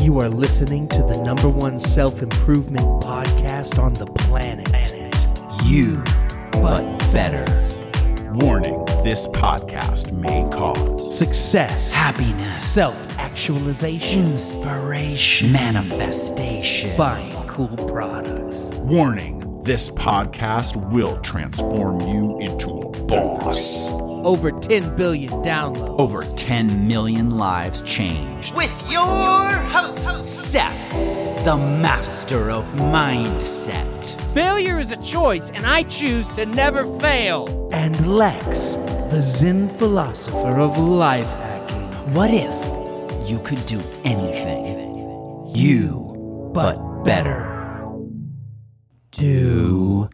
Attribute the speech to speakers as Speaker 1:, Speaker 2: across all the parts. Speaker 1: You are listening to the number one self improvement podcast on the planet. You, but better.
Speaker 2: Warning this podcast may cause
Speaker 1: Success,
Speaker 3: happiness,
Speaker 1: self actualization,
Speaker 3: inspiration, manifestation,
Speaker 1: buying cool products.
Speaker 2: warning this podcast will transform you into a boss.
Speaker 1: Over 10 billion downloads.
Speaker 3: over 10 million lives changed. With your host, Seth, the master of mindset.
Speaker 4: Failure is a choice, and I choose to never fail.
Speaker 1: And Lex, the Zen philosopher of life hacking.
Speaker 3: What if you could do anything? You, but better. Do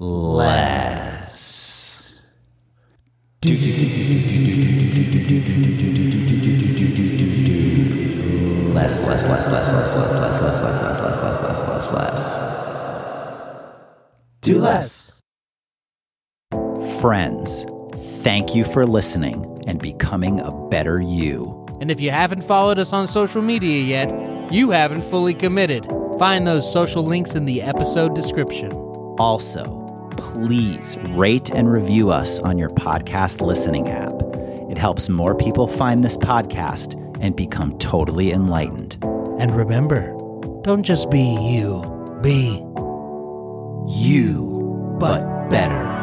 Speaker 3: less. Less, less, less, less, less, less, less, less, less, less, less, less, less, less. Do less. Friends, thank you for listening and becoming a better you.
Speaker 4: And if you haven't followed us on social media yet, you haven't fully committed. Find those social links in the episode description.
Speaker 3: Also, please rate and review us on your podcast listening app. It helps more people find this podcast and become totally enlightened.
Speaker 1: And remember, don't just be you, be
Speaker 3: You, but better.